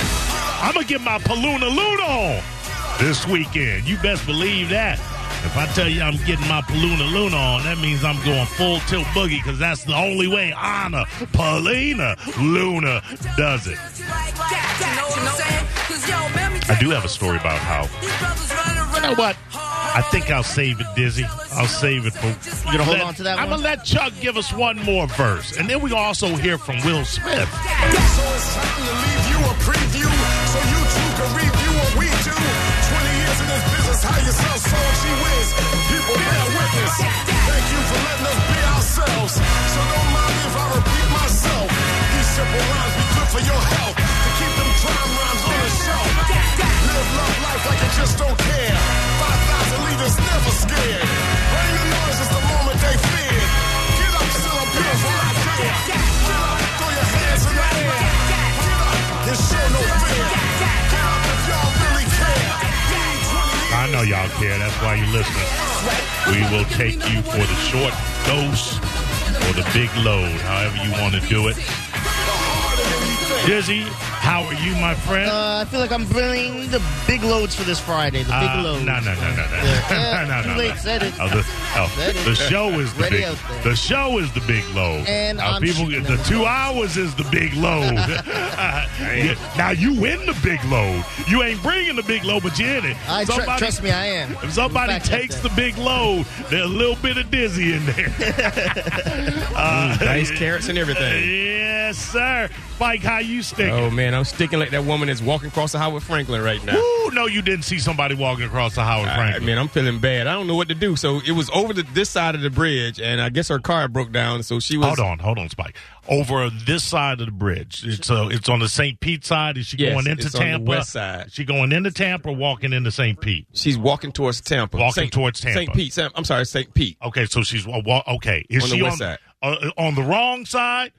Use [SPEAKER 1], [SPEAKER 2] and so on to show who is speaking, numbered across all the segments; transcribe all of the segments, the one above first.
[SPEAKER 1] I'm gonna get my Paluna Luna on this weekend. You best believe that. If I tell you I'm getting my Paluna Luna on, that means I'm going full tilt boogie because that's the only way Anna Palina Luna does it. I do have a story about how. You know what? I think I'll save it, Dizzy. I'll save it for.
[SPEAKER 2] You gonna hold on to that
[SPEAKER 1] I'm
[SPEAKER 2] one?
[SPEAKER 1] gonna let Chuck give us one more verse, and then we also hear from Will Smith.
[SPEAKER 3] So it's time to leave you a preview so you two can review what we do. 20 years in this business, how yourself so she wins. People bear witness. Thank you for letting us be ourselves. So don't mind if I repeat myself. These simple rhymes be good for your health. To keep them crime rhymes on the shelf. Live love life like you just don't care. 5,000 leaders never scared. Bring the noise, it's the moment they fear. Get up, still appear for right there. Get up, throw your hands in the air. Get up and show no fear. Get up if y'all really care.
[SPEAKER 1] I know y'all care. That's why you're listening. We will take you for the short dose or the big load, however you want to do it. Dizzy, how are you, my friend?
[SPEAKER 2] Uh, I feel like I'm bringing the big loads for this Friday. The big
[SPEAKER 1] Uh,
[SPEAKER 2] loads.
[SPEAKER 1] No, no, no, no, no,
[SPEAKER 2] Yeah,
[SPEAKER 1] no, no,
[SPEAKER 2] too
[SPEAKER 1] no.
[SPEAKER 2] late, said it.
[SPEAKER 1] Oh, the, oh,
[SPEAKER 2] Said it.
[SPEAKER 1] the show is the
[SPEAKER 2] Ready
[SPEAKER 1] big.
[SPEAKER 2] out there.
[SPEAKER 1] The show is the big load.
[SPEAKER 2] And
[SPEAKER 1] now
[SPEAKER 2] I'm
[SPEAKER 1] people,
[SPEAKER 2] shooting
[SPEAKER 1] get- the
[SPEAKER 2] at the
[SPEAKER 1] two
[SPEAKER 2] ball.
[SPEAKER 1] hours is the big load. Yeah, now you win the big load. You ain't bringing the big load, but you in it.
[SPEAKER 2] I tr-
[SPEAKER 1] Somebody-
[SPEAKER 2] trust me, I am.
[SPEAKER 1] If somebody
[SPEAKER 2] In fact, I
[SPEAKER 1] takes
[SPEAKER 2] said.
[SPEAKER 1] the big load, there's a little bit of dizzy in there. uh,
[SPEAKER 4] Nice carrots and everything.
[SPEAKER 1] Yes, sir. Mike, how you sticking?
[SPEAKER 4] Oh man, I'm sticking like that woman that's walking across the Howard Franklin right now.
[SPEAKER 1] Ooh, no, you didn't see somebody walking across the Howard
[SPEAKER 4] Oh. I
[SPEAKER 1] Franklin.
[SPEAKER 4] mean, I'm feeling bad. I don't know what to do. So it was over the, this side of the bridge, and I guess her car broke down. So she was
[SPEAKER 1] Hold on, hold on, Spike. Over this side of the bridge, it's uh, it's on the St. Pete side. Is she
[SPEAKER 4] Yes,
[SPEAKER 1] going into
[SPEAKER 4] it's on the
[SPEAKER 1] Tampa?
[SPEAKER 4] west side.
[SPEAKER 1] Is she going into Tampa, or walking into St. Pete.
[SPEAKER 4] She's walking towards Tampa.
[SPEAKER 1] Walking towards Tampa.
[SPEAKER 4] St. Pete. Sam, I'm sorry, St. Pete.
[SPEAKER 1] Okay, so she's wa- wa- okay. Is
[SPEAKER 4] On the
[SPEAKER 1] she
[SPEAKER 4] west side.
[SPEAKER 1] uh, on the wrong side?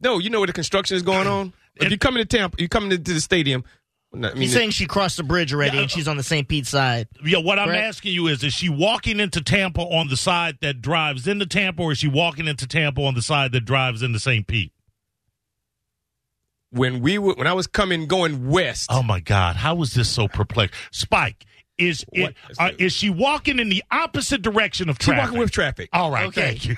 [SPEAKER 4] No, you know where the construction is going on. If
[SPEAKER 1] And-
[SPEAKER 4] you come into Tampa, you come into the stadium. no, I mean,
[SPEAKER 2] He's saying she crossed the bridge already,
[SPEAKER 1] Yeah,
[SPEAKER 2] and she's on the St. Pete side.
[SPEAKER 1] Yeah, what I'm
[SPEAKER 2] Correct.
[SPEAKER 1] asking you is: Is she walking into Tampa on the side that drives into Tampa, or is she walking into Tampa on the side that drives into St. Pete?
[SPEAKER 4] when we were when I was coming going west.
[SPEAKER 1] Oh my God, how is this so perplexed? Spike, is it,
[SPEAKER 4] What?
[SPEAKER 1] uh, is she walking in the opposite direction of
[SPEAKER 4] she
[SPEAKER 1] traffic? Oh,
[SPEAKER 4] walking with traffic.
[SPEAKER 1] All right,
[SPEAKER 2] Okay.
[SPEAKER 1] thank you.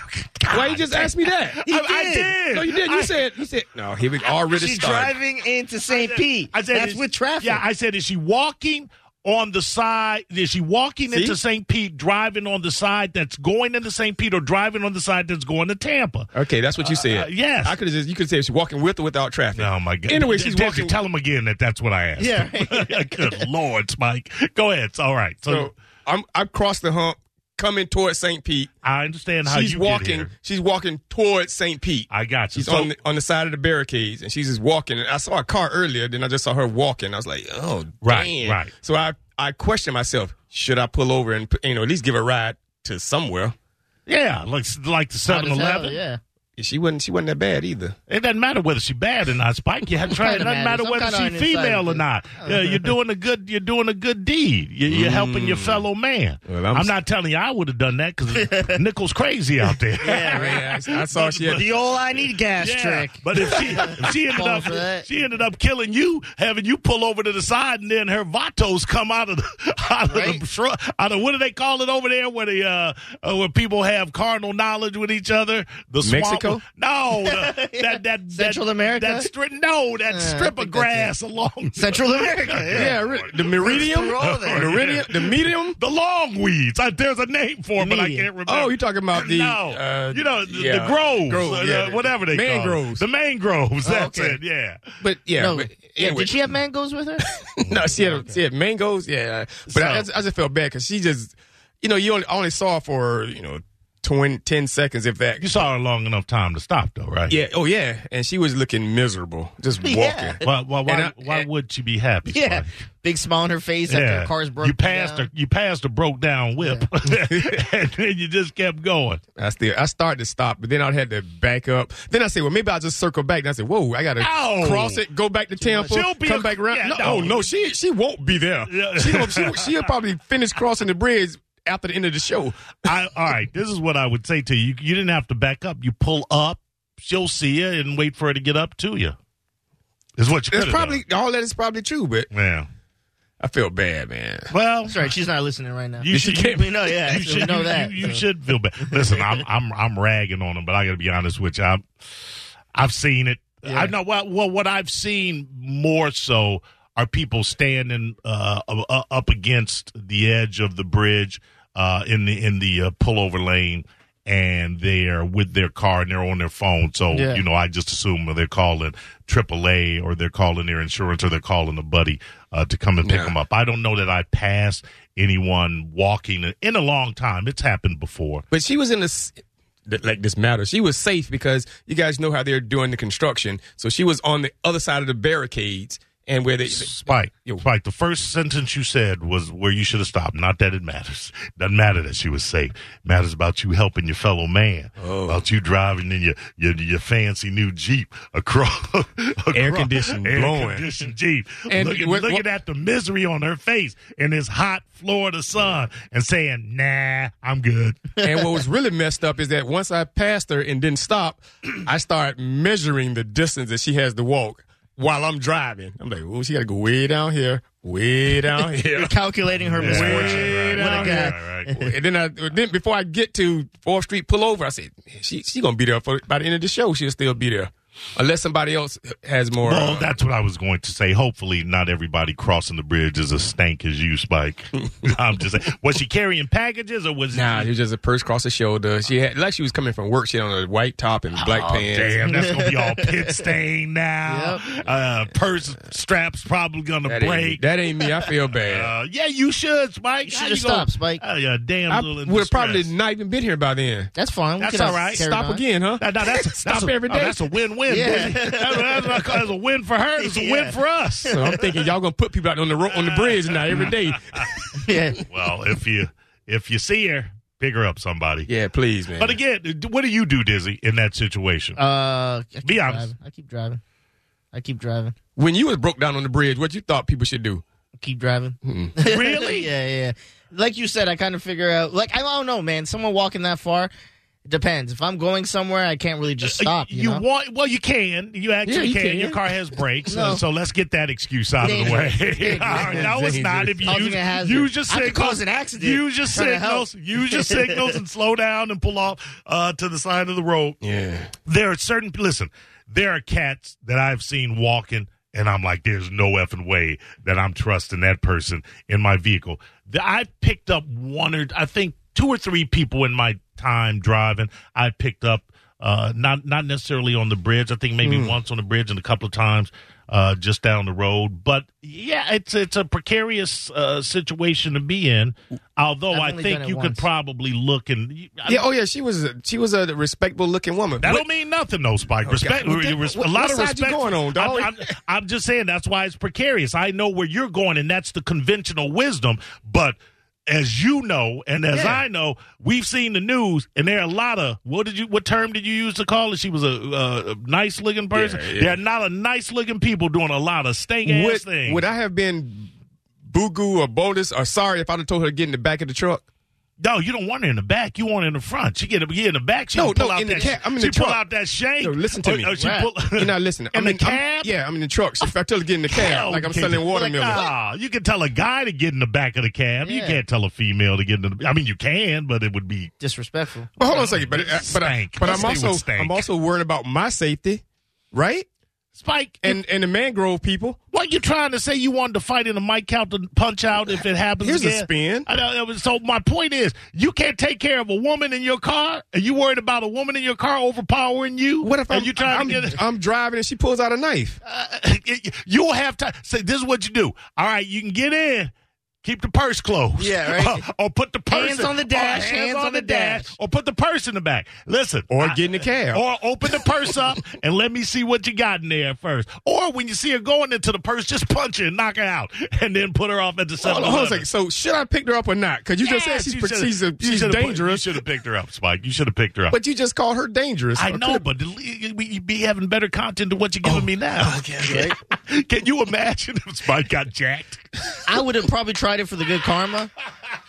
[SPEAKER 4] Why you just asked me that?
[SPEAKER 1] I, I did.
[SPEAKER 4] No, you did. You
[SPEAKER 1] I-
[SPEAKER 4] said you said no. Here we already
[SPEAKER 2] She's
[SPEAKER 4] started.
[SPEAKER 2] driving into St. Pete.
[SPEAKER 1] I said
[SPEAKER 2] That's
[SPEAKER 1] is-
[SPEAKER 2] with traffic.
[SPEAKER 1] Yeah, I said, is she walking on the side? Is she walking
[SPEAKER 4] See?
[SPEAKER 1] into St. Pete, driving on the side that's going into St. Pete, or driving on the side that's going to Tampa?
[SPEAKER 4] Okay, that's what you said.
[SPEAKER 1] uh, yes.
[SPEAKER 4] I could have just you could say she's walking with or without traffic.
[SPEAKER 1] Oh my God!
[SPEAKER 4] Anyway, she's
[SPEAKER 1] Dizzy,
[SPEAKER 4] walking.
[SPEAKER 1] Tell him again that that's what I asked.
[SPEAKER 2] Yeah,
[SPEAKER 1] Good Lord, Spike. Go ahead. It's all right. So,
[SPEAKER 4] so I'm I crossed the hump, coming towards St. Pete.
[SPEAKER 1] I understand how
[SPEAKER 4] She's
[SPEAKER 1] you Get
[SPEAKER 4] walking.
[SPEAKER 1] here.
[SPEAKER 4] She's walking towards St. Pete.
[SPEAKER 1] I got you.
[SPEAKER 4] She's
[SPEAKER 1] So-
[SPEAKER 4] on the, on the side of the barricades, and she's just walking. And I saw a car earlier. Then I just saw her walking. I was like, oh,
[SPEAKER 1] Right,
[SPEAKER 4] damn.
[SPEAKER 1] right.
[SPEAKER 4] So I I questioned myself: Should I pull over and you know at least give a ride to somewhere?
[SPEAKER 1] Yeah, like like the
[SPEAKER 2] Hard
[SPEAKER 1] Seven
[SPEAKER 2] as hell,
[SPEAKER 1] Eleven.
[SPEAKER 2] Yeah.
[SPEAKER 4] She wasn't. She wasn't that bad either.
[SPEAKER 1] It doesn't matter whether she bad or not, Spike. You have to try. It
[SPEAKER 2] kinda
[SPEAKER 1] doesn't matter
[SPEAKER 2] matters. I'm
[SPEAKER 1] whether
[SPEAKER 2] kinda on
[SPEAKER 1] she
[SPEAKER 2] the Oh.
[SPEAKER 1] female
[SPEAKER 2] side
[SPEAKER 1] or
[SPEAKER 2] of
[SPEAKER 1] not. Yeah, you're doing a good. You're doing a good deed. You're, you're helping
[SPEAKER 2] Mm.
[SPEAKER 1] your fellow man.
[SPEAKER 4] Well,
[SPEAKER 1] I'm,
[SPEAKER 4] I'm s-
[SPEAKER 1] not telling you I would have done that because Nickel's crazy out there.
[SPEAKER 2] Yeah, right.
[SPEAKER 4] Yeah, I, I saw she had
[SPEAKER 2] The all I need gas
[SPEAKER 1] Yeah,
[SPEAKER 2] trick.
[SPEAKER 1] but if she if she ended
[SPEAKER 2] Fall
[SPEAKER 1] up
[SPEAKER 2] for that.
[SPEAKER 1] she ended up killing you, having you pull over to the side, and then her vatos come out of the out of the
[SPEAKER 2] Right.
[SPEAKER 1] shrub, out of what do they call it over there where the uh, uh, where people have carnal knowledge with each other? The swamp-
[SPEAKER 4] Mexico?
[SPEAKER 1] No, the, that that
[SPEAKER 2] Central
[SPEAKER 1] that,
[SPEAKER 2] America?
[SPEAKER 1] That strip? No, that
[SPEAKER 2] Uh, I
[SPEAKER 1] strip of
[SPEAKER 2] think that's
[SPEAKER 1] grass along
[SPEAKER 2] Central America. Yeah.
[SPEAKER 4] Yeah, re- the meridian,
[SPEAKER 2] Parole there.
[SPEAKER 4] meridian, the medium.
[SPEAKER 1] the long weeds. I, there's a name for it, but I
[SPEAKER 2] Median.
[SPEAKER 1] can't remember.
[SPEAKER 4] Oh, you're talking about the
[SPEAKER 1] no,
[SPEAKER 4] uh,
[SPEAKER 1] you know the, the
[SPEAKER 4] yeah,
[SPEAKER 1] groves, uh,
[SPEAKER 4] yeah,
[SPEAKER 1] whatever they
[SPEAKER 4] mangroves.
[SPEAKER 1] call it. the mangroves. That's
[SPEAKER 2] Oh, okay.
[SPEAKER 1] it. Yeah,
[SPEAKER 4] But yeah,
[SPEAKER 2] No,
[SPEAKER 4] but
[SPEAKER 2] yeah,
[SPEAKER 4] anyway.
[SPEAKER 2] Did she have mangoes with her?
[SPEAKER 4] no, she had she had mangoes. Yeah, but I, I
[SPEAKER 1] So-
[SPEAKER 4] just I just felt bad because she just, you know, you only, I only saw her for you know, 20, 10 seconds if that.
[SPEAKER 1] you saw her long enough time to stop though, right?
[SPEAKER 4] Yeah. Oh yeah, and she was looking miserable, just walking.
[SPEAKER 2] Yeah.
[SPEAKER 1] Why, why, why,
[SPEAKER 4] And I-
[SPEAKER 1] why would she be happy?
[SPEAKER 2] yeah.
[SPEAKER 1] Spike?
[SPEAKER 2] Big smile on her face after her car's broken
[SPEAKER 1] You passed
[SPEAKER 2] down.
[SPEAKER 1] a you passed a broke down whip, and then you just kept going.
[SPEAKER 4] I still I started to stop, but then I had to back up. Then I said, well, maybe I'll just circle back. And I said, whoa, I gotta
[SPEAKER 1] Ow.
[SPEAKER 4] cross it, go back to Tampa,
[SPEAKER 1] She'll be
[SPEAKER 4] come
[SPEAKER 1] a-
[SPEAKER 4] back around.
[SPEAKER 1] yeah,
[SPEAKER 4] no,
[SPEAKER 1] no.
[SPEAKER 4] oh, no, she she won't be there.
[SPEAKER 1] Yeah.
[SPEAKER 4] She will she, she'll probably finish crossing the bridge after the end of the show.
[SPEAKER 1] I, all right, this is what I would say to you. you. You didn't have to back up. You pull up, she'll see you, and wait for her to get up to you. Is what you could
[SPEAKER 4] It's probably all that is probably true, but
[SPEAKER 1] yeah.
[SPEAKER 4] I feel bad, man.
[SPEAKER 1] Well,
[SPEAKER 2] That's right. She's not listening right now.
[SPEAKER 1] you
[SPEAKER 4] She
[SPEAKER 1] should.
[SPEAKER 4] can't-
[SPEAKER 1] You,
[SPEAKER 2] we know, yeah.
[SPEAKER 1] you
[SPEAKER 2] so
[SPEAKER 1] should
[SPEAKER 2] we know
[SPEAKER 1] you-
[SPEAKER 2] that.
[SPEAKER 1] You, you
[SPEAKER 2] so.
[SPEAKER 1] should feel bad. Listen, I'm I'm I'm ragging on him, but I got to be honest with you. I'm, I've seen it. I know. Well, well, what I've seen more so are people standing uh, u- u- up against the edge of the bridge uh, in the in the uh, pullover lane, and they're with their car and they're on their phone. So
[SPEAKER 2] Yeah.
[SPEAKER 1] you know, I just assume they're calling AAA or they're calling their insurance or they're calling a buddy uh, to come and pick
[SPEAKER 4] Yeah.
[SPEAKER 1] them up. I don't know that I passed anyone walking in- in a long time. It's happened before.
[SPEAKER 4] But she was in this, that- like this matter. She was safe because you guys know how they're doing the construction. So she was on the other side of the barricades and where they.
[SPEAKER 1] Spike,
[SPEAKER 4] Yo.
[SPEAKER 1] Spike, the first sentence you said was where you should have stopped. Not that it matters. Doesn't matter that she was safe. matters about you helping your fellow man.
[SPEAKER 4] Oh.
[SPEAKER 1] About you driving in your your, your fancy new Jeep across.
[SPEAKER 4] Air
[SPEAKER 1] across-
[SPEAKER 4] conditioned,
[SPEAKER 1] air
[SPEAKER 4] blowing.
[SPEAKER 1] conditioned Jeep.
[SPEAKER 4] And
[SPEAKER 1] looking,
[SPEAKER 4] what-
[SPEAKER 1] looking
[SPEAKER 4] what-
[SPEAKER 1] at the misery on her face in this hot Florida sun and saying, nah, I'm good.
[SPEAKER 4] and what was really messed up is that once I passed her and didn't stop, I started measuring the distance that she has to walk while I'm driving. I'm like, oh, she got to go way down here, way down here.
[SPEAKER 2] Calculating her
[SPEAKER 1] Yeah,
[SPEAKER 2] misfortune.
[SPEAKER 1] right,
[SPEAKER 2] What a
[SPEAKER 1] right,
[SPEAKER 2] guy.
[SPEAKER 1] right, right.
[SPEAKER 4] and then I then before I get to Fourth Street pullover, I said, "Man, she she gonna be there for by the end of the show. She'll still be there, unless somebody else has more.
[SPEAKER 1] Well,
[SPEAKER 4] uh,
[SPEAKER 1] Oh, that's what I was going to say. Hopefully, not everybody crossing the bridge is as stank as you, Spike. I'm just saying. Was she carrying packages or was
[SPEAKER 4] Nah, it
[SPEAKER 1] it?
[SPEAKER 4] was just a purse across the shoulder. She had like she was coming from work. She had on a white top and black pants.
[SPEAKER 1] Oh, Damn, that's gonna be all pit stain now. Uh, purse straps probably gonna
[SPEAKER 4] That ain't,
[SPEAKER 1] break.
[SPEAKER 4] that ain't me. I feel bad.
[SPEAKER 1] uh, yeah, you should, Spike. You
[SPEAKER 2] should have stopped, Spike.
[SPEAKER 1] Oh, yeah, damn.
[SPEAKER 4] I
[SPEAKER 1] little in
[SPEAKER 4] would have probably
[SPEAKER 1] distress.
[SPEAKER 4] not even been here by then.
[SPEAKER 2] That's fine. We
[SPEAKER 1] That's
[SPEAKER 2] could have
[SPEAKER 1] all right.
[SPEAKER 2] carried
[SPEAKER 4] Stop
[SPEAKER 2] on.
[SPEAKER 4] again, huh?
[SPEAKER 1] No, no, that's
[SPEAKER 4] Stop
[SPEAKER 1] that's a,
[SPEAKER 4] every
[SPEAKER 1] oh,
[SPEAKER 4] day.
[SPEAKER 1] that's a win-win.
[SPEAKER 2] Yeah.
[SPEAKER 1] buddy. That's, that's, a- that's a win for her. It's a win
[SPEAKER 2] Yeah.
[SPEAKER 1] for us.
[SPEAKER 4] So I'm thinking y'all gonna put people out on the ro- on the bridge now every day.
[SPEAKER 2] Yeah.
[SPEAKER 1] Well, if you if you see her, pick her up, somebody.
[SPEAKER 4] yeah, please, man.
[SPEAKER 1] But again, what do you do, Dizzy, in that situation?
[SPEAKER 2] Uh, I keep
[SPEAKER 1] Be honest.
[SPEAKER 2] driving. I keep driving. I keep driving.
[SPEAKER 4] when you was broke down on the bridge, what you thought people should do?
[SPEAKER 2] Keep driving.
[SPEAKER 1] Really?
[SPEAKER 2] yeah, yeah. Like you said, I kind of figure out. Like I don't know, man. Someone walking that far it depends. If I'm going somewhere, I can't really just stop. You, know?
[SPEAKER 1] want? Well, Uh, you can. You actually
[SPEAKER 4] Yeah, you
[SPEAKER 1] can.
[SPEAKER 4] can.
[SPEAKER 1] Your car has brakes,
[SPEAKER 2] No.
[SPEAKER 1] so let's get that excuse out of the way.
[SPEAKER 2] Dangerous. Dangerous.
[SPEAKER 1] no, it's not. If you
[SPEAKER 2] Causing
[SPEAKER 1] use,
[SPEAKER 2] a hazard.
[SPEAKER 1] use your
[SPEAKER 2] I could
[SPEAKER 1] signals,
[SPEAKER 2] cause an accident.
[SPEAKER 1] Use your
[SPEAKER 2] Trying to help.
[SPEAKER 1] signals. Use your signals and slow down and pull off uh, to the side of the road.
[SPEAKER 4] Yeah,
[SPEAKER 1] There are certain. Listen, there are cats that I've seen walking. And I'm like, there's no effing way that I'm trusting that person in my vehicle. The- I picked up one or I think two or three people in my time driving. I picked up uh, not not necessarily on the bridge. I think
[SPEAKER 2] Hmm.
[SPEAKER 1] maybe once on the bridge and a couple of times uh, just down the road. But yeah, it's it's a precarious uh, situation to be in. Although
[SPEAKER 2] I've
[SPEAKER 1] I
[SPEAKER 2] only
[SPEAKER 1] think
[SPEAKER 2] done it
[SPEAKER 1] you could
[SPEAKER 2] once.
[SPEAKER 1] probably look and
[SPEAKER 4] yeah. Oh yeah, she was a, she was a respectable looking woman.
[SPEAKER 1] that
[SPEAKER 4] But-
[SPEAKER 1] don't mean nothing, though, Spike. Respect,
[SPEAKER 4] Well, then,
[SPEAKER 1] res-
[SPEAKER 4] what-
[SPEAKER 1] a lot
[SPEAKER 4] what
[SPEAKER 1] of
[SPEAKER 4] side
[SPEAKER 1] respect.
[SPEAKER 4] you going on, dog?
[SPEAKER 1] I'm, I'm- I'm just saying that's why it's precarious. I know where you're going, and that's the conventional wisdom. But as you know, and as
[SPEAKER 2] Yeah.
[SPEAKER 1] I know, we've seen the news, and there are a lot of what did you what term did you use to call it? She was a, uh, nice looking person.
[SPEAKER 4] Yeah, yeah.
[SPEAKER 1] There are not a nice looking people doing a lot of stank ass
[SPEAKER 4] would,
[SPEAKER 1] things.
[SPEAKER 4] would I have been boogoo or bonus or sorry if I'd have told her to get in the back of the truck?
[SPEAKER 1] no, you don't want her in the back. You want her in the front. She get, get in the back. She
[SPEAKER 4] No,
[SPEAKER 1] pull
[SPEAKER 4] no,
[SPEAKER 1] out
[SPEAKER 4] in the
[SPEAKER 1] that.
[SPEAKER 4] cab. I'm in
[SPEAKER 1] she
[SPEAKER 4] the
[SPEAKER 1] pull
[SPEAKER 4] truck.
[SPEAKER 1] out that shank.
[SPEAKER 4] Yo, listen to
[SPEAKER 1] Or-
[SPEAKER 4] me.
[SPEAKER 1] or Oh, she
[SPEAKER 2] Right.
[SPEAKER 1] pull-
[SPEAKER 4] You're not listening.
[SPEAKER 1] In
[SPEAKER 4] I'm
[SPEAKER 1] the
[SPEAKER 4] in, I'm-
[SPEAKER 1] cab?
[SPEAKER 4] yeah, I'm in the truck. So if I tell her to get in the cab,
[SPEAKER 1] Hell,
[SPEAKER 4] like I'm
[SPEAKER 1] kid.
[SPEAKER 4] selling
[SPEAKER 1] Well, like, uh,
[SPEAKER 4] watermelon.
[SPEAKER 1] nah, you can tell a guy to get in the back of the cab. You
[SPEAKER 2] Yeah.
[SPEAKER 1] can't tell a female to get in the. I mean, you can, but it would be.
[SPEAKER 2] Disrespectful.
[SPEAKER 4] but hold on a second. But, I- but, I,
[SPEAKER 1] Stank.
[SPEAKER 4] but
[SPEAKER 1] Let's
[SPEAKER 4] I'm
[SPEAKER 1] stay with
[SPEAKER 4] also
[SPEAKER 1] stank.
[SPEAKER 4] I'm also worried about my safety, right?
[SPEAKER 1] Spike, and
[SPEAKER 4] And and the mangrove people.
[SPEAKER 1] what you trying to say? You wanted to fight in a Mike Calton punch out if it happens
[SPEAKER 4] Here's a
[SPEAKER 1] again?
[SPEAKER 4] spin.
[SPEAKER 1] I know, it was- so my point is, you can't take care of a woman in your car, and you worried about a woman in your car overpowering you.
[SPEAKER 4] What if
[SPEAKER 1] and
[SPEAKER 4] I'm,
[SPEAKER 1] you trying
[SPEAKER 4] I'm,
[SPEAKER 1] to get? Uh,
[SPEAKER 4] I'm driving and she pulls out a knife?
[SPEAKER 1] you'll have time. Say this is what you do. All right, you can get in. Keep the purse closed.
[SPEAKER 2] Yeah, right.
[SPEAKER 1] or put the purse
[SPEAKER 2] Hands
[SPEAKER 1] in-
[SPEAKER 2] on the
[SPEAKER 1] or
[SPEAKER 2] dash,
[SPEAKER 1] hands, on, the
[SPEAKER 2] dash.
[SPEAKER 1] Or put the purse in the back. Listen,
[SPEAKER 4] Or
[SPEAKER 1] I-
[SPEAKER 4] get in the cab.
[SPEAKER 1] Or open the purse up and let me see what you got in there first. Or when you see her going into the purse, just punch her and knock her out, and then put her off at the
[SPEAKER 4] Hold
[SPEAKER 1] seven.
[SPEAKER 4] on, hold on a second. So should I pick her up or not? Because you just said she's pre- she's, a, she's dangerous.
[SPEAKER 1] You should have picked her up, Spike. You should have picked her up.
[SPEAKER 4] But you just called her dangerous.
[SPEAKER 1] I
[SPEAKER 4] Or
[SPEAKER 1] know,
[SPEAKER 4] could've-
[SPEAKER 1] but the- you'd be having better content than what you're
[SPEAKER 2] Oh,
[SPEAKER 1] giving me now.
[SPEAKER 4] right.
[SPEAKER 1] Can you imagine if Spike got jacked?
[SPEAKER 2] I would have probably tried it for the good karma,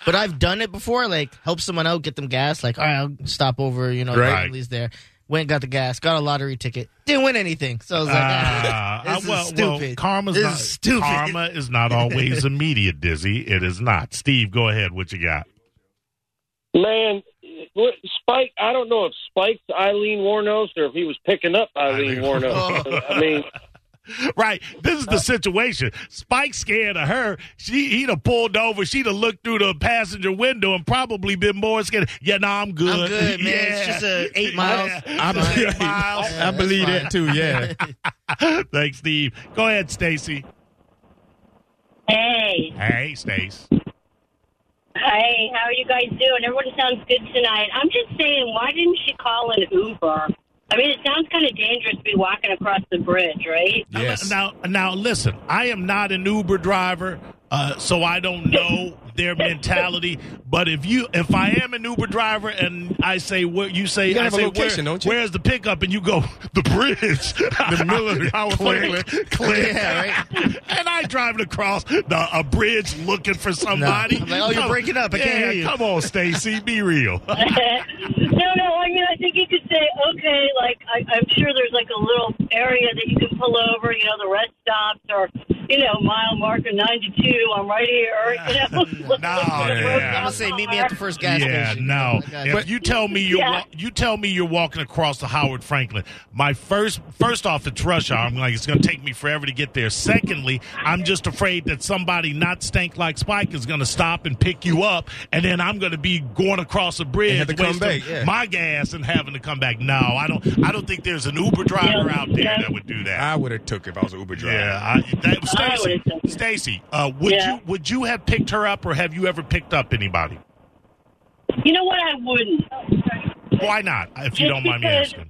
[SPEAKER 2] but I've done it before. Like help someone out, get them gas. Like all right, I'll stop over. You know,
[SPEAKER 4] Right.
[SPEAKER 2] Emily's there. went got the gas, got a lottery ticket, didn't win anything. So I was like, ah,
[SPEAKER 1] Ah,
[SPEAKER 2] this is
[SPEAKER 1] well, well,
[SPEAKER 2] stupid.
[SPEAKER 1] karma's
[SPEAKER 2] This
[SPEAKER 1] not,
[SPEAKER 2] is stupid.
[SPEAKER 1] Karma is not always immediate, Dizzy. It is not. Steve, go ahead. What you got?
[SPEAKER 5] Man, what, Spike, I don't know if Spike's Eileen Warnos or if he was picking up
[SPEAKER 1] Eileen
[SPEAKER 5] Eileen Warnos. I mean,
[SPEAKER 1] Right. This is the situation. Spike scared of her. She he'd have pulled over. She'd have looked through the passenger window and probably been more scared. Yeah, no, I'm good.
[SPEAKER 2] I'm good, man.
[SPEAKER 1] Yeah.
[SPEAKER 2] It's just uh, eight miles.
[SPEAKER 1] Yeah.
[SPEAKER 2] It's fine.
[SPEAKER 1] Eight miles.
[SPEAKER 2] Yeah,
[SPEAKER 4] I
[SPEAKER 2] that's
[SPEAKER 4] believe
[SPEAKER 2] fine.
[SPEAKER 4] that too. Yeah.
[SPEAKER 1] Thanks, Steve. Go ahead, Stacy.
[SPEAKER 6] Hey,
[SPEAKER 1] Hey, Stace.
[SPEAKER 6] hey, how are you guys doing? Everyone sounds good tonight. I'm just saying, why didn't she call an Uber? I mean, it sounds kind of dangerous to be walking across the bridge, right?
[SPEAKER 4] Yes.
[SPEAKER 1] Now, now, listen. I am not an Uber driver, uh, so I don't know their mentality. But if you, if I am an Uber driver, and I say where you say,
[SPEAKER 4] You gotta
[SPEAKER 1] I
[SPEAKER 4] have a
[SPEAKER 1] say
[SPEAKER 4] location,
[SPEAKER 1] where,
[SPEAKER 4] don't you?
[SPEAKER 1] where's the pickup, and you go the bridge, the
[SPEAKER 4] Miller- Howard Franklin.
[SPEAKER 1] click, click.
[SPEAKER 2] Yeah, right.
[SPEAKER 1] and I driving across the, a bridge looking for somebody.
[SPEAKER 2] I'm like, oh, you're
[SPEAKER 1] Come-
[SPEAKER 2] breaking up. I can't
[SPEAKER 1] yeah,
[SPEAKER 2] hear you.
[SPEAKER 1] Come on, Stacy, be real.
[SPEAKER 6] no, no, I mean, I think you could say, okay, like, I, I'm sure there's like a little area that you can pull over, you know, the rest stops or, you know, mile marker 92, I'm right here, you know.
[SPEAKER 1] No, yeah.
[SPEAKER 2] I'm gonna say meet me at the first gas
[SPEAKER 1] yeah,
[SPEAKER 4] Oh,
[SPEAKER 2] station. Oh
[SPEAKER 1] no.
[SPEAKER 2] I got you.
[SPEAKER 1] If you tell me you're
[SPEAKER 6] Yeah.
[SPEAKER 1] wa- you tell me you're walking across the Howard Franklin, my first first off, it's rush hour. I'm like, it's gonna take me forever to get there. Secondly, I'm just afraid that somebody not stank like Spike is gonna stop and pick you up, and then I'm gonna be going across a bridge,
[SPEAKER 4] And have to come
[SPEAKER 1] wasting
[SPEAKER 4] back, yeah.
[SPEAKER 1] my gas, and having to come back. No, I don't. I don't think there's an Uber driver out there that would do that.
[SPEAKER 4] I would have took if I was an Uber driver.
[SPEAKER 1] Yeah, I, that,
[SPEAKER 6] I
[SPEAKER 1] Stacy.
[SPEAKER 6] would've done that.
[SPEAKER 1] Stacy, uh, would
[SPEAKER 6] Yeah.
[SPEAKER 1] you would you have picked her up, or have you ever picked up anybody?
[SPEAKER 6] You know what? I wouldn't.
[SPEAKER 1] Why not? If you
[SPEAKER 6] Just
[SPEAKER 1] don't mind me
[SPEAKER 6] because-
[SPEAKER 1] asking.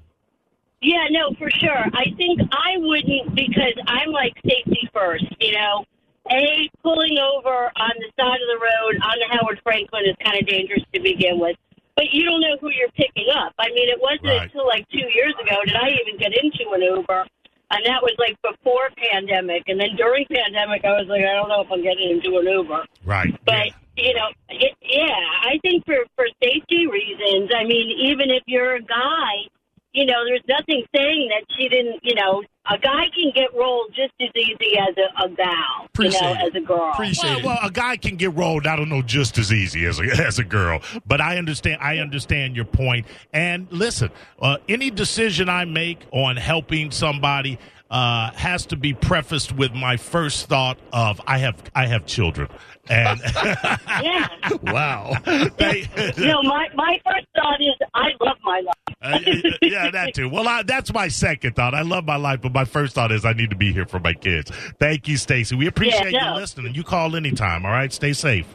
[SPEAKER 6] Yeah, no, for sure. I think I wouldn't because I'm like safety first, you know. A pulling over on the side of the road on the Howard Franklin is kind of dangerous to begin with. But you don't know who you're picking up. I mean, it wasn't
[SPEAKER 1] Right.
[SPEAKER 6] until like two years ago did I even get into an Uber, and that was like before pandemic. And then during pandemic, I was like, I don't know if I'm getting into an Uber.
[SPEAKER 1] Right.
[SPEAKER 6] But
[SPEAKER 1] yeah.
[SPEAKER 6] you know, it, yeah, I think for for safety reasons. I mean, even if you're a guy, you know, there's nothing saying that she didn't. You know, a guy can get rolled just as easy as a, a gal,
[SPEAKER 4] Appreciate
[SPEAKER 6] you know,
[SPEAKER 4] it.
[SPEAKER 6] as a girl.
[SPEAKER 4] Appreciate
[SPEAKER 1] Well,
[SPEAKER 4] it.
[SPEAKER 1] well, a guy can get rolled. I don't know, just as easy as a, as a girl. But I understand. I understand your point. And listen, uh, any decision I make on helping somebody uh, has to be prefaced with my first thought of I have I have children. And
[SPEAKER 6] yeah.
[SPEAKER 1] wow,
[SPEAKER 6] No, my my first thought is I love my life.
[SPEAKER 1] Uh, yeah, that too. Well, I, that's my second thought. I love my life, but my first thought is I need to be here for my kids. Thank you, Stacy. We appreciate
[SPEAKER 6] Yeah, no.
[SPEAKER 1] you listening. You call anytime. All right, stay safe.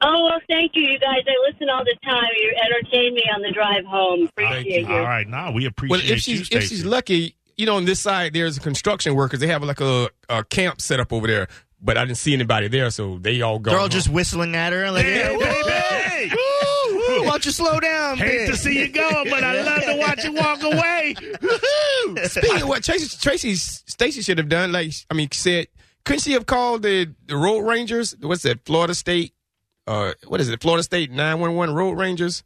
[SPEAKER 6] Oh well, thank you, you guys. I listen all the time. You entertain me on the drive home. Appreciate
[SPEAKER 1] All right, now we appreciate
[SPEAKER 4] Well, if
[SPEAKER 1] you,
[SPEAKER 4] she's if
[SPEAKER 1] Stacy.
[SPEAKER 4] she's lucky, you know, on this side there's construction workers. They have like a, a camp set up over there, but I didn't see anybody there, so they all go.
[SPEAKER 2] They're all just whistling at her, like,
[SPEAKER 1] Yeah,
[SPEAKER 2] "Hey,
[SPEAKER 1] baby.
[SPEAKER 2] woo, why don't you slow down?
[SPEAKER 1] Hate
[SPEAKER 2] bitch?"
[SPEAKER 1] to see you go, but I love to watch you walk away.
[SPEAKER 4] Speaking of what Tracy, Tracy Stacy should have done, like I mean, said couldn't she have called the, the Road Rangers? What's that? Florida State. Uh, what is it? Florida State nine one one Road Rangers.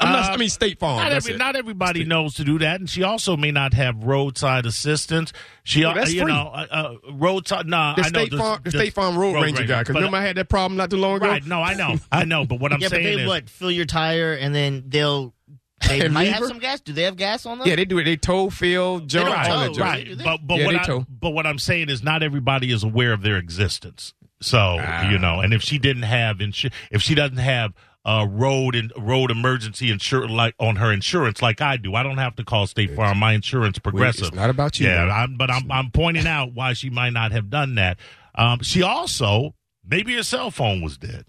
[SPEAKER 4] I'm not, I mean, State Farm.
[SPEAKER 1] Uh, Not,
[SPEAKER 4] that's
[SPEAKER 1] every,
[SPEAKER 4] it.
[SPEAKER 1] not everybody knows to do that, and she also may not have roadside assistance. She,
[SPEAKER 4] Well, that's
[SPEAKER 1] you
[SPEAKER 4] free.
[SPEAKER 1] know, uh, uh, roadside. Nah,
[SPEAKER 4] the
[SPEAKER 1] I know
[SPEAKER 4] State
[SPEAKER 1] the-
[SPEAKER 4] Farm, the,
[SPEAKER 1] the
[SPEAKER 4] State Farm Road, Ranger, guy. Because
[SPEAKER 1] But-
[SPEAKER 4] remember, I had that problem not too long ago.
[SPEAKER 1] Right? No, I know, I know. But what I'm
[SPEAKER 2] Yeah, but
[SPEAKER 1] saying
[SPEAKER 2] they
[SPEAKER 1] is,
[SPEAKER 2] what fill your tire and then they'll they
[SPEAKER 4] And
[SPEAKER 2] might
[SPEAKER 4] leave
[SPEAKER 2] have
[SPEAKER 4] her?
[SPEAKER 2] some gas. Do they have gas on them?
[SPEAKER 4] Yeah, they do it. They tow, fill, jump,
[SPEAKER 2] don't
[SPEAKER 4] all
[SPEAKER 2] tow,
[SPEAKER 4] that junk.
[SPEAKER 2] right? do
[SPEAKER 1] Oh, right?
[SPEAKER 2] they?
[SPEAKER 1] But but
[SPEAKER 4] Yeah,
[SPEAKER 1] what
[SPEAKER 4] they
[SPEAKER 1] I,
[SPEAKER 4] tow.
[SPEAKER 1] but what I'm saying is not everybody is aware of their existence. So
[SPEAKER 4] Ah.
[SPEAKER 1] you know, and if she didn't have insu- if she doesn't have uh, road and road emergency insurance like on her insurance like I do, I don't have to call State Farm. My insurance progressive.
[SPEAKER 4] not about you,
[SPEAKER 1] Yeah,
[SPEAKER 4] though.
[SPEAKER 1] I'm, but I'm I'm pointing out why she might not have done that. Um, she also maybe her cell phone was dead.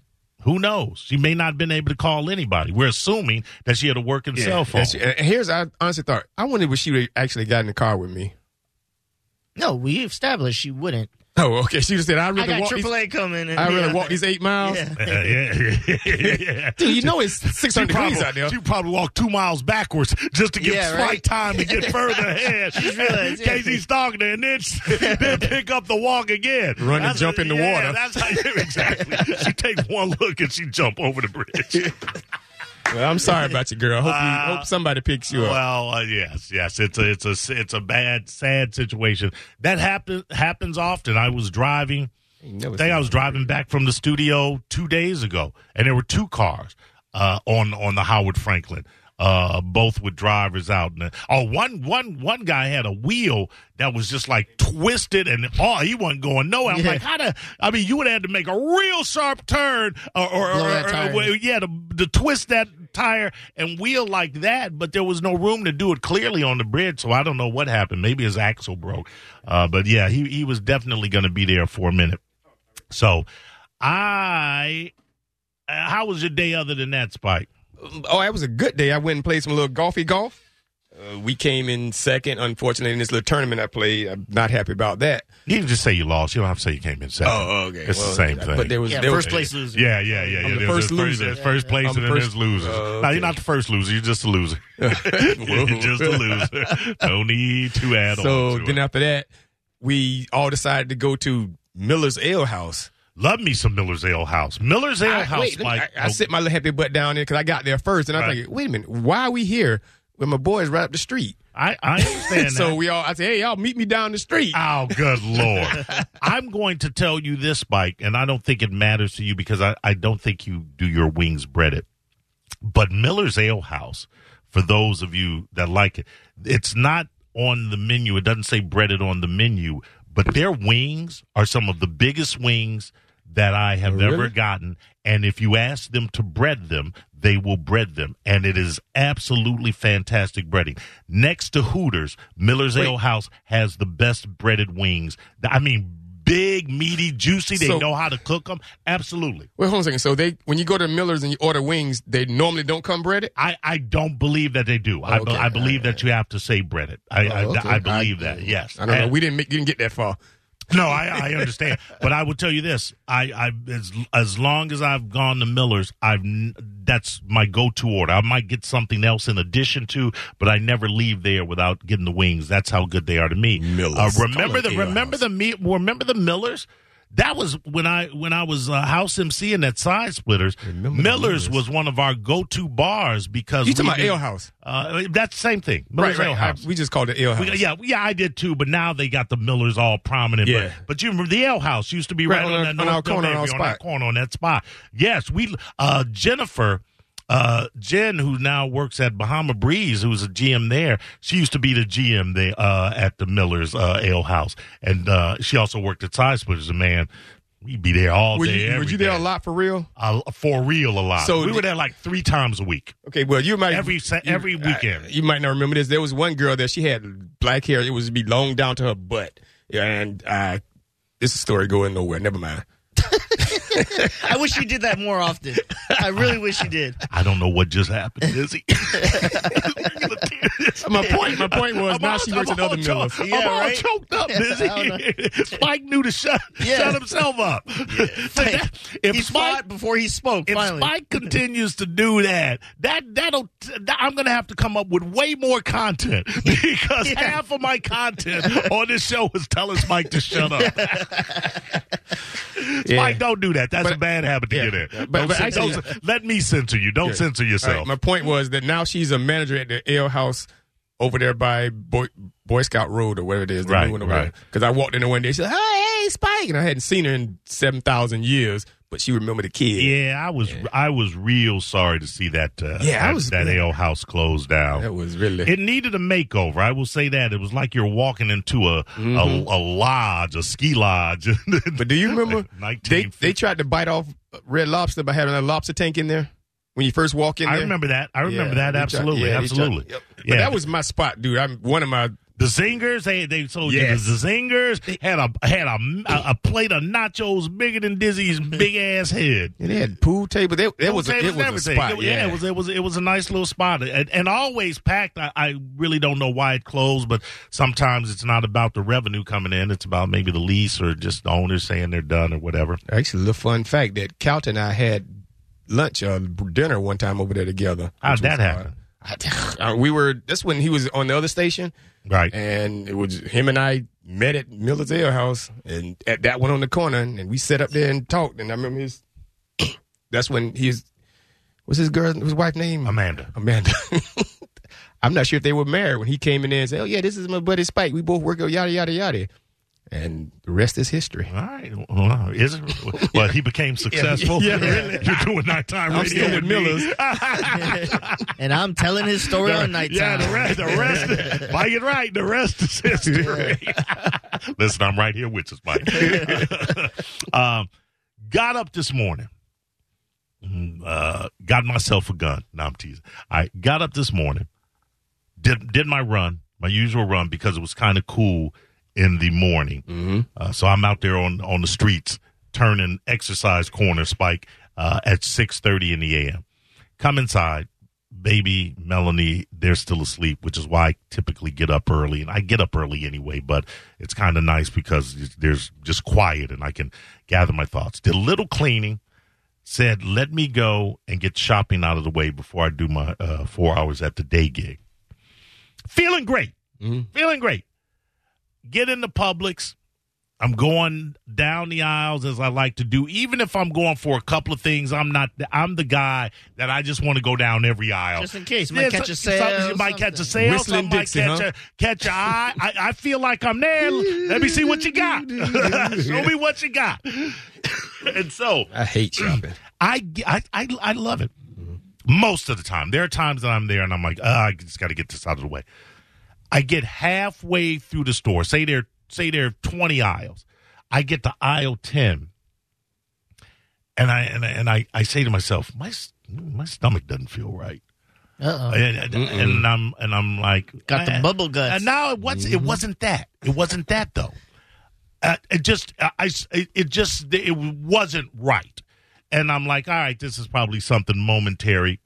[SPEAKER 1] Who knows? She may not have been able to call anybody. We're assuming that she had a working cell phone.
[SPEAKER 4] That's- and here's I honestly thought I wonder if she would actually got in the car with me.
[SPEAKER 2] No, we established she wouldn't.
[SPEAKER 4] Oh, okay. She just said I
[SPEAKER 2] I
[SPEAKER 4] really
[SPEAKER 2] got
[SPEAKER 4] walk. These,
[SPEAKER 2] AAA coming. And,
[SPEAKER 4] I really
[SPEAKER 2] yeah.
[SPEAKER 4] walk these eight miles.
[SPEAKER 2] Yeah.
[SPEAKER 1] yeah, yeah.
[SPEAKER 4] Dude, you know it's 600
[SPEAKER 1] probably,
[SPEAKER 4] degrees out there.
[SPEAKER 1] She probably walked two miles backwards just to give
[SPEAKER 2] Yeah,
[SPEAKER 1] flight
[SPEAKER 2] right.
[SPEAKER 1] time to get further ahead. She's
[SPEAKER 2] realized, yeah.
[SPEAKER 1] Casey's talking to her and then, then pick up the walk again.
[SPEAKER 4] Run and jump in the
[SPEAKER 1] yeah,
[SPEAKER 4] water.
[SPEAKER 1] That's how you exactly. she takes one look and she jump over the bridge.
[SPEAKER 4] Well, I'm sorry about you, girl. I hope, you,
[SPEAKER 1] Wow.
[SPEAKER 4] hope somebody picks you up.
[SPEAKER 1] Well, uh, yes, yes, it's a it's a it's a bad, sad situation that happens happens often. I was driving. I think I was driving back from the studio two days ago, and there were two cars uh, on on the Howard Franklin, uh, both with drivers out. And oh, one one one guy had a wheel that was just like twisted, and oh, he wasn't going nowhere. I'm
[SPEAKER 2] Yeah.
[SPEAKER 1] like, how the? I mean, you would have had to make a real sharp turn, or, or,
[SPEAKER 2] Blow
[SPEAKER 1] or-
[SPEAKER 2] that
[SPEAKER 1] or-
[SPEAKER 2] tire.
[SPEAKER 1] well, yeah, to, to twist that tire and wheel like that, but there was no room to do it clearly on the bridge, so I don't know what happened. Maybe his axle broke. Uh, but yeah, he, he was definitely going to be there for a minute. So I. Uh, how was your day other than that, Spike?
[SPEAKER 4] Oh, that was a good day. I went and played some little golfy golf. Uh, we came in second, unfortunately, in this little tournament I played. I'm not happy about that.
[SPEAKER 1] You can just say you lost. You don't have to say you came in second.
[SPEAKER 4] Oh, okay.
[SPEAKER 1] It's the same thing.
[SPEAKER 4] But there was
[SPEAKER 2] Yeah,
[SPEAKER 4] there
[SPEAKER 2] first
[SPEAKER 4] was,
[SPEAKER 2] place loser.
[SPEAKER 1] Yeah, yeah, yeah. yeah.
[SPEAKER 4] the
[SPEAKER 1] There's
[SPEAKER 4] first
[SPEAKER 1] there's
[SPEAKER 4] loser.
[SPEAKER 1] there's first place
[SPEAKER 4] I'm
[SPEAKER 1] and then
[SPEAKER 4] first-
[SPEAKER 1] there's losers.
[SPEAKER 4] Oh,
[SPEAKER 1] No,
[SPEAKER 4] okay.
[SPEAKER 1] you're not the first loser. You're just a loser.
[SPEAKER 4] Whoa.
[SPEAKER 1] you're just a loser. No need to add on.
[SPEAKER 4] So
[SPEAKER 1] to
[SPEAKER 4] then
[SPEAKER 1] it.
[SPEAKER 4] after that, we all decided to go to Miller's Ale House.
[SPEAKER 1] Love me some Miller's Ale House. Miller's Ale
[SPEAKER 4] I,
[SPEAKER 1] House,
[SPEAKER 4] wait, let me-
[SPEAKER 1] like
[SPEAKER 4] I, I sit my little happy butt down there because I got there first, and I was
[SPEAKER 1] Right.
[SPEAKER 4] like, "Wait a minute, why are we here when my boy's right up the street?"
[SPEAKER 1] I, I understand
[SPEAKER 4] so
[SPEAKER 1] that.
[SPEAKER 4] we all, I said, "Hey, y'all, meet me down the street."
[SPEAKER 1] Oh, good lord! I'm going to tell you this, Mike, and I don't think it matters to you because I, I don't think you do your wings breaded. But Miller's Ale House, for those of you that like it, it's not on the menu. It doesn't say breaded on the menu, but their wings are some of the biggest wings that I have
[SPEAKER 4] really?
[SPEAKER 1] ever gotten. And if you ask them to bread them, they will bread them. And it is absolutely fantastic breading. Next to Hooters, Miller's Ale House has the best breaded wings. I mean, big, meaty, juicy. They
[SPEAKER 4] So-
[SPEAKER 1] know how to cook them. Absolutely.
[SPEAKER 4] Wait, hold on a second. So they, when you go to Miller's and you order wings, they normally don't come breaded.
[SPEAKER 1] I, I don't believe that they do. I, be-
[SPEAKER 4] Oh, Okay.
[SPEAKER 1] I believe that you have to say breaded. I, I,
[SPEAKER 4] Oh, okay.
[SPEAKER 1] I believe that, yes.
[SPEAKER 4] I don't know.
[SPEAKER 1] And-
[SPEAKER 4] We didn't make, didn't get that far.
[SPEAKER 1] no, I, I understand. but I will tell you this. I, I as, as long as I've gone to Miller's, I've n- that's my go-to order. I might get something else in addition to, but I never leave there without getting the wings. That's how good they are to me.
[SPEAKER 4] Miller's.
[SPEAKER 1] Uh, remember
[SPEAKER 4] Call it
[SPEAKER 1] the
[SPEAKER 4] Ale
[SPEAKER 1] remember
[SPEAKER 4] House.
[SPEAKER 1] the me remember the Millers? That was when I when I was uh, house MC and at Side Splitters.
[SPEAKER 4] Remember the
[SPEAKER 1] Millers
[SPEAKER 4] Millers.
[SPEAKER 1] was one of our go-to bars because
[SPEAKER 4] You talking
[SPEAKER 1] we
[SPEAKER 4] about
[SPEAKER 1] did-
[SPEAKER 4] Ale House?
[SPEAKER 1] Uh, that's the same thing. Miller's Ale House.
[SPEAKER 4] I- we just called it ale house.
[SPEAKER 1] We- yeah, yeah, I did too. But now they got the Millers all prominent.
[SPEAKER 4] Yeah.
[SPEAKER 1] But, but you remember the Ale House used to be right,
[SPEAKER 4] Right, on
[SPEAKER 1] on,
[SPEAKER 4] our-
[SPEAKER 1] that
[SPEAKER 4] on our
[SPEAKER 1] North
[SPEAKER 4] corner, on our
[SPEAKER 1] Philadelphia, on that
[SPEAKER 4] spot.
[SPEAKER 1] corner, on that spot. Yes, we uh, Jennifer. Uh, Jen, who now works at Bahama Breeze, who's a GM there, she used to be the GM there uh, at the Miller's uh, Ale House, and uh, she also worked at Side Splitters. And man, we'd be there all
[SPEAKER 4] Were
[SPEAKER 1] day.
[SPEAKER 4] you, were
[SPEAKER 1] every
[SPEAKER 4] you there
[SPEAKER 1] day.
[SPEAKER 4] a lot for real?
[SPEAKER 1] Uh, for real, a lot.
[SPEAKER 4] So
[SPEAKER 1] So we
[SPEAKER 4] the-
[SPEAKER 1] were there like three times a week,
[SPEAKER 4] Okay, well, you might
[SPEAKER 1] every sa-
[SPEAKER 4] you-
[SPEAKER 1] every weekend.
[SPEAKER 4] I- you might not remember this. There was one girl that she had black hair. It was be long down to her butt, Yeah, and uh, this story going nowhere. Never mind.
[SPEAKER 2] I wish you did that more often. I really wish you did.
[SPEAKER 1] I don't know what just happened, Izzy.
[SPEAKER 4] My point, my point was now she works at other
[SPEAKER 1] mills.
[SPEAKER 4] Miller's.
[SPEAKER 1] I'm
[SPEAKER 2] Yeah,
[SPEAKER 1] all
[SPEAKER 2] right?
[SPEAKER 1] choked up, Izzy. Spike knew to shut,
[SPEAKER 2] Yeah.
[SPEAKER 1] shut himself up. So that-
[SPEAKER 2] he
[SPEAKER 1] if Spike,
[SPEAKER 2] fought before he spoke.
[SPEAKER 1] if
[SPEAKER 2] finally,
[SPEAKER 1] Spike continues to do that, that that'll that, I'm going to have to come up with way more content because
[SPEAKER 2] Yeah.
[SPEAKER 1] half of my content on this show is telling Spike to shut up. Spike, don't do that. That's
[SPEAKER 4] But-
[SPEAKER 1] a bad habit to
[SPEAKER 4] yeah.
[SPEAKER 1] get in.
[SPEAKER 4] But-
[SPEAKER 1] Don't
[SPEAKER 4] but
[SPEAKER 1] cen-
[SPEAKER 4] actually-
[SPEAKER 1] don't- let me censor you. Don't censor
[SPEAKER 4] All
[SPEAKER 1] yourself.
[SPEAKER 4] right, my point was that now she's a manager at the ale house over there by Boy, Boy Scout Road or whatever it is. the
[SPEAKER 1] Right,
[SPEAKER 4] new one or
[SPEAKER 1] right.
[SPEAKER 4] whatever. Because I walked in there one day. She's like, "Oh, hey, Spike," and I hadn't seen her in seven thousand years, but she remembered the kid.
[SPEAKER 1] Yeah, I was I was real sorry to see that. Uh,
[SPEAKER 4] Yeah, I
[SPEAKER 1] that-
[SPEAKER 4] was-
[SPEAKER 1] that ale house closed down.
[SPEAKER 4] that was really.
[SPEAKER 1] It needed a makeover. I will say that it was like you're walking into a a, a lodge, a ski lodge.
[SPEAKER 4] Mm-hmm. But do you remember they
[SPEAKER 1] 1950?
[SPEAKER 4] they tried to bite off Red Lobster by having a lobster tank in there when you first walk in?
[SPEAKER 1] I
[SPEAKER 4] there?
[SPEAKER 1] remember that. I
[SPEAKER 4] Yeah,
[SPEAKER 1] remember that
[SPEAKER 4] they tried-
[SPEAKER 1] absolutely,
[SPEAKER 4] yeah, they tried-
[SPEAKER 1] absolutely.
[SPEAKER 4] yep.
[SPEAKER 1] Yeah,
[SPEAKER 4] But that was my spot, dude. I'm one of my.
[SPEAKER 1] the zingers. They they sold
[SPEAKER 4] Yes.
[SPEAKER 1] you the zingers. Had a had a, a a plate of nachos bigger than Dizzy's big ass head.
[SPEAKER 4] It had pool table. There, there was a,
[SPEAKER 1] Tables
[SPEAKER 4] it
[SPEAKER 1] and
[SPEAKER 4] was a
[SPEAKER 1] everything.
[SPEAKER 4] spot.
[SPEAKER 1] It was-
[SPEAKER 4] yeah.
[SPEAKER 1] it was it was it was a nice little spot and, and always packed. I, I really don't know why it closed, but sometimes it's not about the revenue coming in. It's about maybe the lease or just the owner saying they're done or whatever.
[SPEAKER 4] Actually, a little fun fact that Calton and I had lunch or dinner one time over there together.
[SPEAKER 1] How'd
[SPEAKER 4] which was
[SPEAKER 1] that happen?
[SPEAKER 4] hard. I- we were. That's when he was on the other station,
[SPEAKER 1] Right.
[SPEAKER 4] and it was him and I met at Miller's Ale House, and at that one on the corner, and we sat up there and talked. And I remember his. that's when he's. What's his girl? His wife name?
[SPEAKER 1] Amanda.
[SPEAKER 4] Amanda. I'm not sure if they were married when he came in there and said, "Oh yeah, this is my buddy Spike. We both work out yada yada yada," and the rest is history.
[SPEAKER 1] All right. Wow. Is it? Well, he became successful.
[SPEAKER 4] Yeah, really.
[SPEAKER 1] You're doing nighttime
[SPEAKER 4] I'm
[SPEAKER 1] radio
[SPEAKER 4] still with
[SPEAKER 1] me.
[SPEAKER 4] Miller's.
[SPEAKER 2] and I'm telling his story on
[SPEAKER 1] Yeah,
[SPEAKER 2] nighttime.
[SPEAKER 1] the rest, the rest, Mike is right. The rest is history. Listen, I'm right here with us, Mike. um, got up this morning. Mm, Uh, got myself a gun. No, I'm teasing. I got up this morning. Did did my run, my usual run, because it was kind of cool in the morning. Uh, so I'm out there on on the streets turning exercise corner spike uh, at 6:30 in the a.m. Come inside, baby Melanie. They're still asleep, which is why I typically get up early, and I get up early anyway. But it's kind of nice because it's- there's just quiet, and I can gather my thoughts. Did a little cleaning. Said, let me go and get shopping out of the way before I do my uh, four hours at the day gig. Feeling great.
[SPEAKER 4] Mm-hmm.
[SPEAKER 1] Feeling great. Get into Publix. I'm going down the aisles as I like to do. Even if I'm going for a couple of things, I'm not. I'm the guy that I just want to go down every aisle,
[SPEAKER 2] Just in case, might
[SPEAKER 1] Yeah,
[SPEAKER 2] catch a
[SPEAKER 1] so-
[SPEAKER 2] sale,
[SPEAKER 1] something- You might catch a
[SPEAKER 2] something.
[SPEAKER 1] sale.
[SPEAKER 4] Whistling
[SPEAKER 1] something might
[SPEAKER 4] Dixie,
[SPEAKER 1] catch
[SPEAKER 4] huh?
[SPEAKER 1] a catch a eye. I, I feel like I'm there. Let me see what you got. Show me what you got. and so
[SPEAKER 4] I hate shopping.
[SPEAKER 1] I, ge- I, I, I love it most of the time. There are times that I'm there and I'm like, "Ah, I just got to get this out of the way. I get halfway through the store. Say there, say there are 20 aisles. I get to aisle 10, and I and I, and I, I say to myself, my s- my stomach doesn't feel right,
[SPEAKER 2] Uh-oh.
[SPEAKER 1] and, and- and I'm and I'm like,
[SPEAKER 2] Got the
[SPEAKER 1] "Man."
[SPEAKER 2] bubble guts.
[SPEAKER 1] And now it was it wasn't that. It wasn't that though. Uh, it just I- I it just it wasn't right, and I'm like, all right, this is probably something momentary.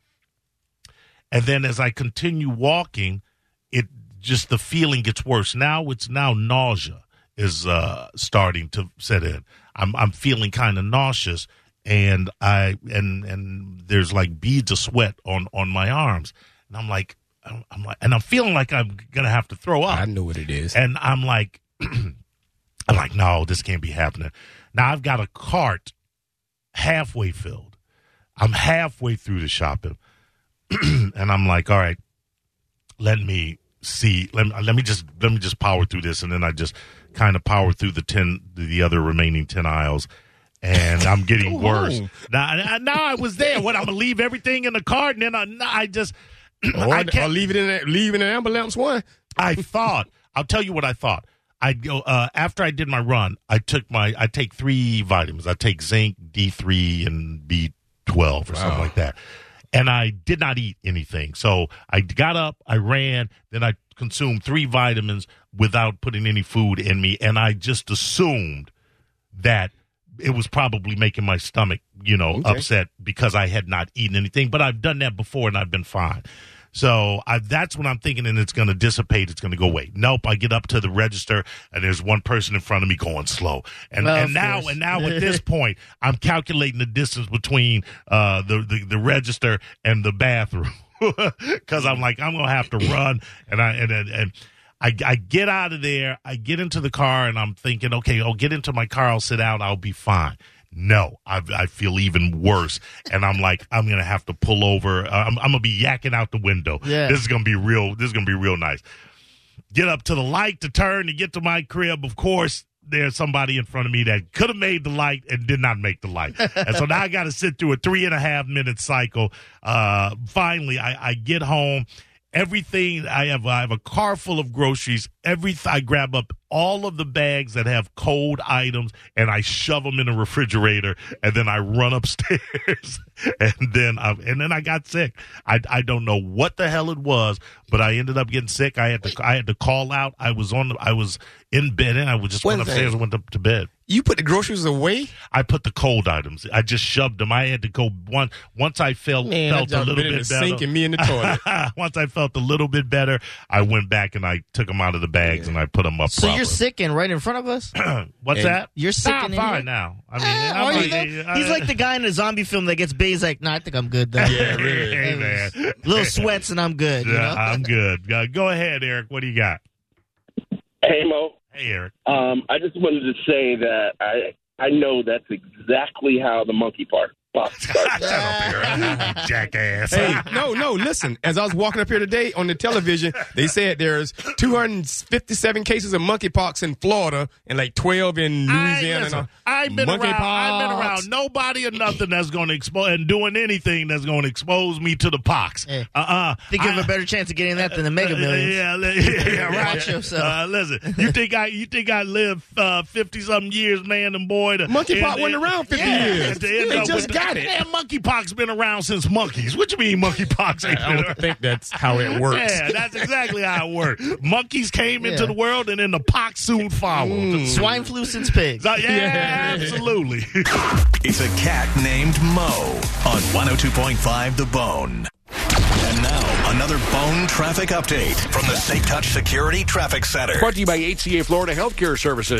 [SPEAKER 1] And then as I continue walking, it just the feeling gets worse. Now it's now nausea is uh, starting to set in. I'm I'm feeling kind of nauseous, and I and and there's like beads of sweat on on my arms, and I'm like I'm, I'm like and I'm feeling like I'm gonna have to throw up.
[SPEAKER 4] I know what it is.
[SPEAKER 1] And I'm like, I'm like, no, this can't be happening. Now I've got a cart halfway filled. I'm halfway through the shopping, and I'm like, all right, let me see. Let me, let me just let me just power through this, and then I just kind of power through the ten, the other remaining ten aisles. And I'm getting worse.
[SPEAKER 4] home.
[SPEAKER 1] Now, I- now I was there. What I'm gonna leave everything in the cart, and then I, I just
[SPEAKER 4] Or,
[SPEAKER 1] I
[SPEAKER 4] or
[SPEAKER 1] can't-
[SPEAKER 4] leave it in a, leave in an ambulance one.
[SPEAKER 1] I thought I'll tell you what I thought. I'd go uh, after I did my run. I took my I take three vitamins. I take zinc, D three, and B twelve or something like that. And I did not eat anything. So I got up, I ran, then I consumed three vitamins without putting any food in me, and I just assumed that it was probably making my stomach, you know, upset because I had not eaten anything. But I've done that before and I've been fine. So I, that's when I'm thinking, and it's going to dissipate. It's going to go away. Nope. I get up to the register, and there's one person in front of me going slow, and
[SPEAKER 2] Well,
[SPEAKER 1] and
[SPEAKER 2] of
[SPEAKER 1] now
[SPEAKER 2] course.
[SPEAKER 1] and now at this point, I'm calculating the distance between uh, the, the the register and the bathroom because I'm like I'm gonna have to run, and I and and. and I, I get out of there. I get into the car, and I'm thinking, okay, I'll get into my car. I'll sit down. I'll be fine. No, I, I feel even worse, and I'm like, I'm gonna have to pull over. Uh, I'm, I'm gonna be yakking out the window.
[SPEAKER 2] Yeah.
[SPEAKER 1] This is gonna be real. This is gonna be real nice get up to the light to turn to get to my crib. Of course, there's somebody in front of me that could have made the light and did not make the light. and so now I got to sit through a three and a half minute cycle. Uh, finally, I, I get home. Everything I have, I have a car full of groceries. Every I grab up all of the bags that have cold items and I shove them in the refrigerator, and then I run upstairs, and then I and then I got sick. I, I don't know what the hell it was, but I ended up getting sick. I had to I had to call out. I was on the, I was in bed and I was just went
[SPEAKER 4] One thing.
[SPEAKER 1] upstairs and went up to bed.
[SPEAKER 4] You put the groceries away.
[SPEAKER 1] I put the cold items. I just shoved them. I had to go one once I felt felt a
[SPEAKER 4] I've
[SPEAKER 1] little bit
[SPEAKER 4] been in the
[SPEAKER 1] better.
[SPEAKER 4] sink and me in the toilet.
[SPEAKER 1] once I felt a little bit better, I went back and I took them out of the bags and I put them up.
[SPEAKER 2] So
[SPEAKER 1] proper.
[SPEAKER 2] you're sicking right in front of us?
[SPEAKER 1] What's
[SPEAKER 4] And-
[SPEAKER 1] that?
[SPEAKER 2] You're sick
[SPEAKER 1] Nah, I'm
[SPEAKER 2] and
[SPEAKER 1] fine
[SPEAKER 2] injured?
[SPEAKER 1] now. I mean,
[SPEAKER 2] Ah,
[SPEAKER 1] I'm
[SPEAKER 2] are
[SPEAKER 1] like,
[SPEAKER 2] you, though?
[SPEAKER 1] yeah,
[SPEAKER 2] He's
[SPEAKER 1] I-
[SPEAKER 2] like the guy in a zombie film that gets bathed. He's like, nah, I think I'm good though.
[SPEAKER 1] yeah, really. Hey, man.
[SPEAKER 2] Little sweats and I'm good. you
[SPEAKER 1] Yeah,
[SPEAKER 2] know?
[SPEAKER 1] I'm good. Uh, go ahead, Eric. What do you got?
[SPEAKER 5] Hey, Mo.
[SPEAKER 1] Hey, Eric.
[SPEAKER 5] Um, I just wanted to say that I I know that's exactly how the monkey part fuck. Sorry.
[SPEAKER 1] Shut up here, jackass.
[SPEAKER 4] Hey, no, no, listen. As I was walking up here today on the television, they said there's 257 cases of monkeypox in Florida and like 12 in
[SPEAKER 1] I,
[SPEAKER 4] Louisiana.
[SPEAKER 1] listen,
[SPEAKER 4] and all.
[SPEAKER 1] I ain't been around. I've been
[SPEAKER 4] Monkeypox.
[SPEAKER 1] around nobody or nothing that's going to expose and doing anything that's going to expose me to the pox.
[SPEAKER 2] Yeah.
[SPEAKER 1] Uh uh
[SPEAKER 2] Think you have a better chance of getting that than the Mega Millions.
[SPEAKER 1] Yeah, li- yeah, right.
[SPEAKER 2] Watch yourself.
[SPEAKER 1] Uh, listen, you think I you think I lived fifty something years, man and boy? To,
[SPEAKER 4] Monkeypox
[SPEAKER 1] and-
[SPEAKER 4] wasn't around 50
[SPEAKER 1] yeah,
[SPEAKER 4] years.
[SPEAKER 1] to end
[SPEAKER 4] They
[SPEAKER 1] up with
[SPEAKER 4] just
[SPEAKER 1] the-
[SPEAKER 4] got it.
[SPEAKER 1] Man, monkeypox been around since monkeys. What you mean monkeypox ain't
[SPEAKER 4] I
[SPEAKER 1] been around?
[SPEAKER 4] don't think that's how it works.
[SPEAKER 1] Yeah, that's exactly how it works. Monkeys came into
[SPEAKER 2] Yeah.
[SPEAKER 1] the world, and then the pox soon followed.
[SPEAKER 4] Mm.
[SPEAKER 2] Swine flu since pigs.
[SPEAKER 1] So, yeah,
[SPEAKER 4] Yeah.
[SPEAKER 1] absolutely.
[SPEAKER 7] It's a cat named Mo on 102.5 The Bone. And now, another bone traffic update from the Safe Touch Security Traffic Center.
[SPEAKER 8] Brought to you by HCA Florida Healthcare Services.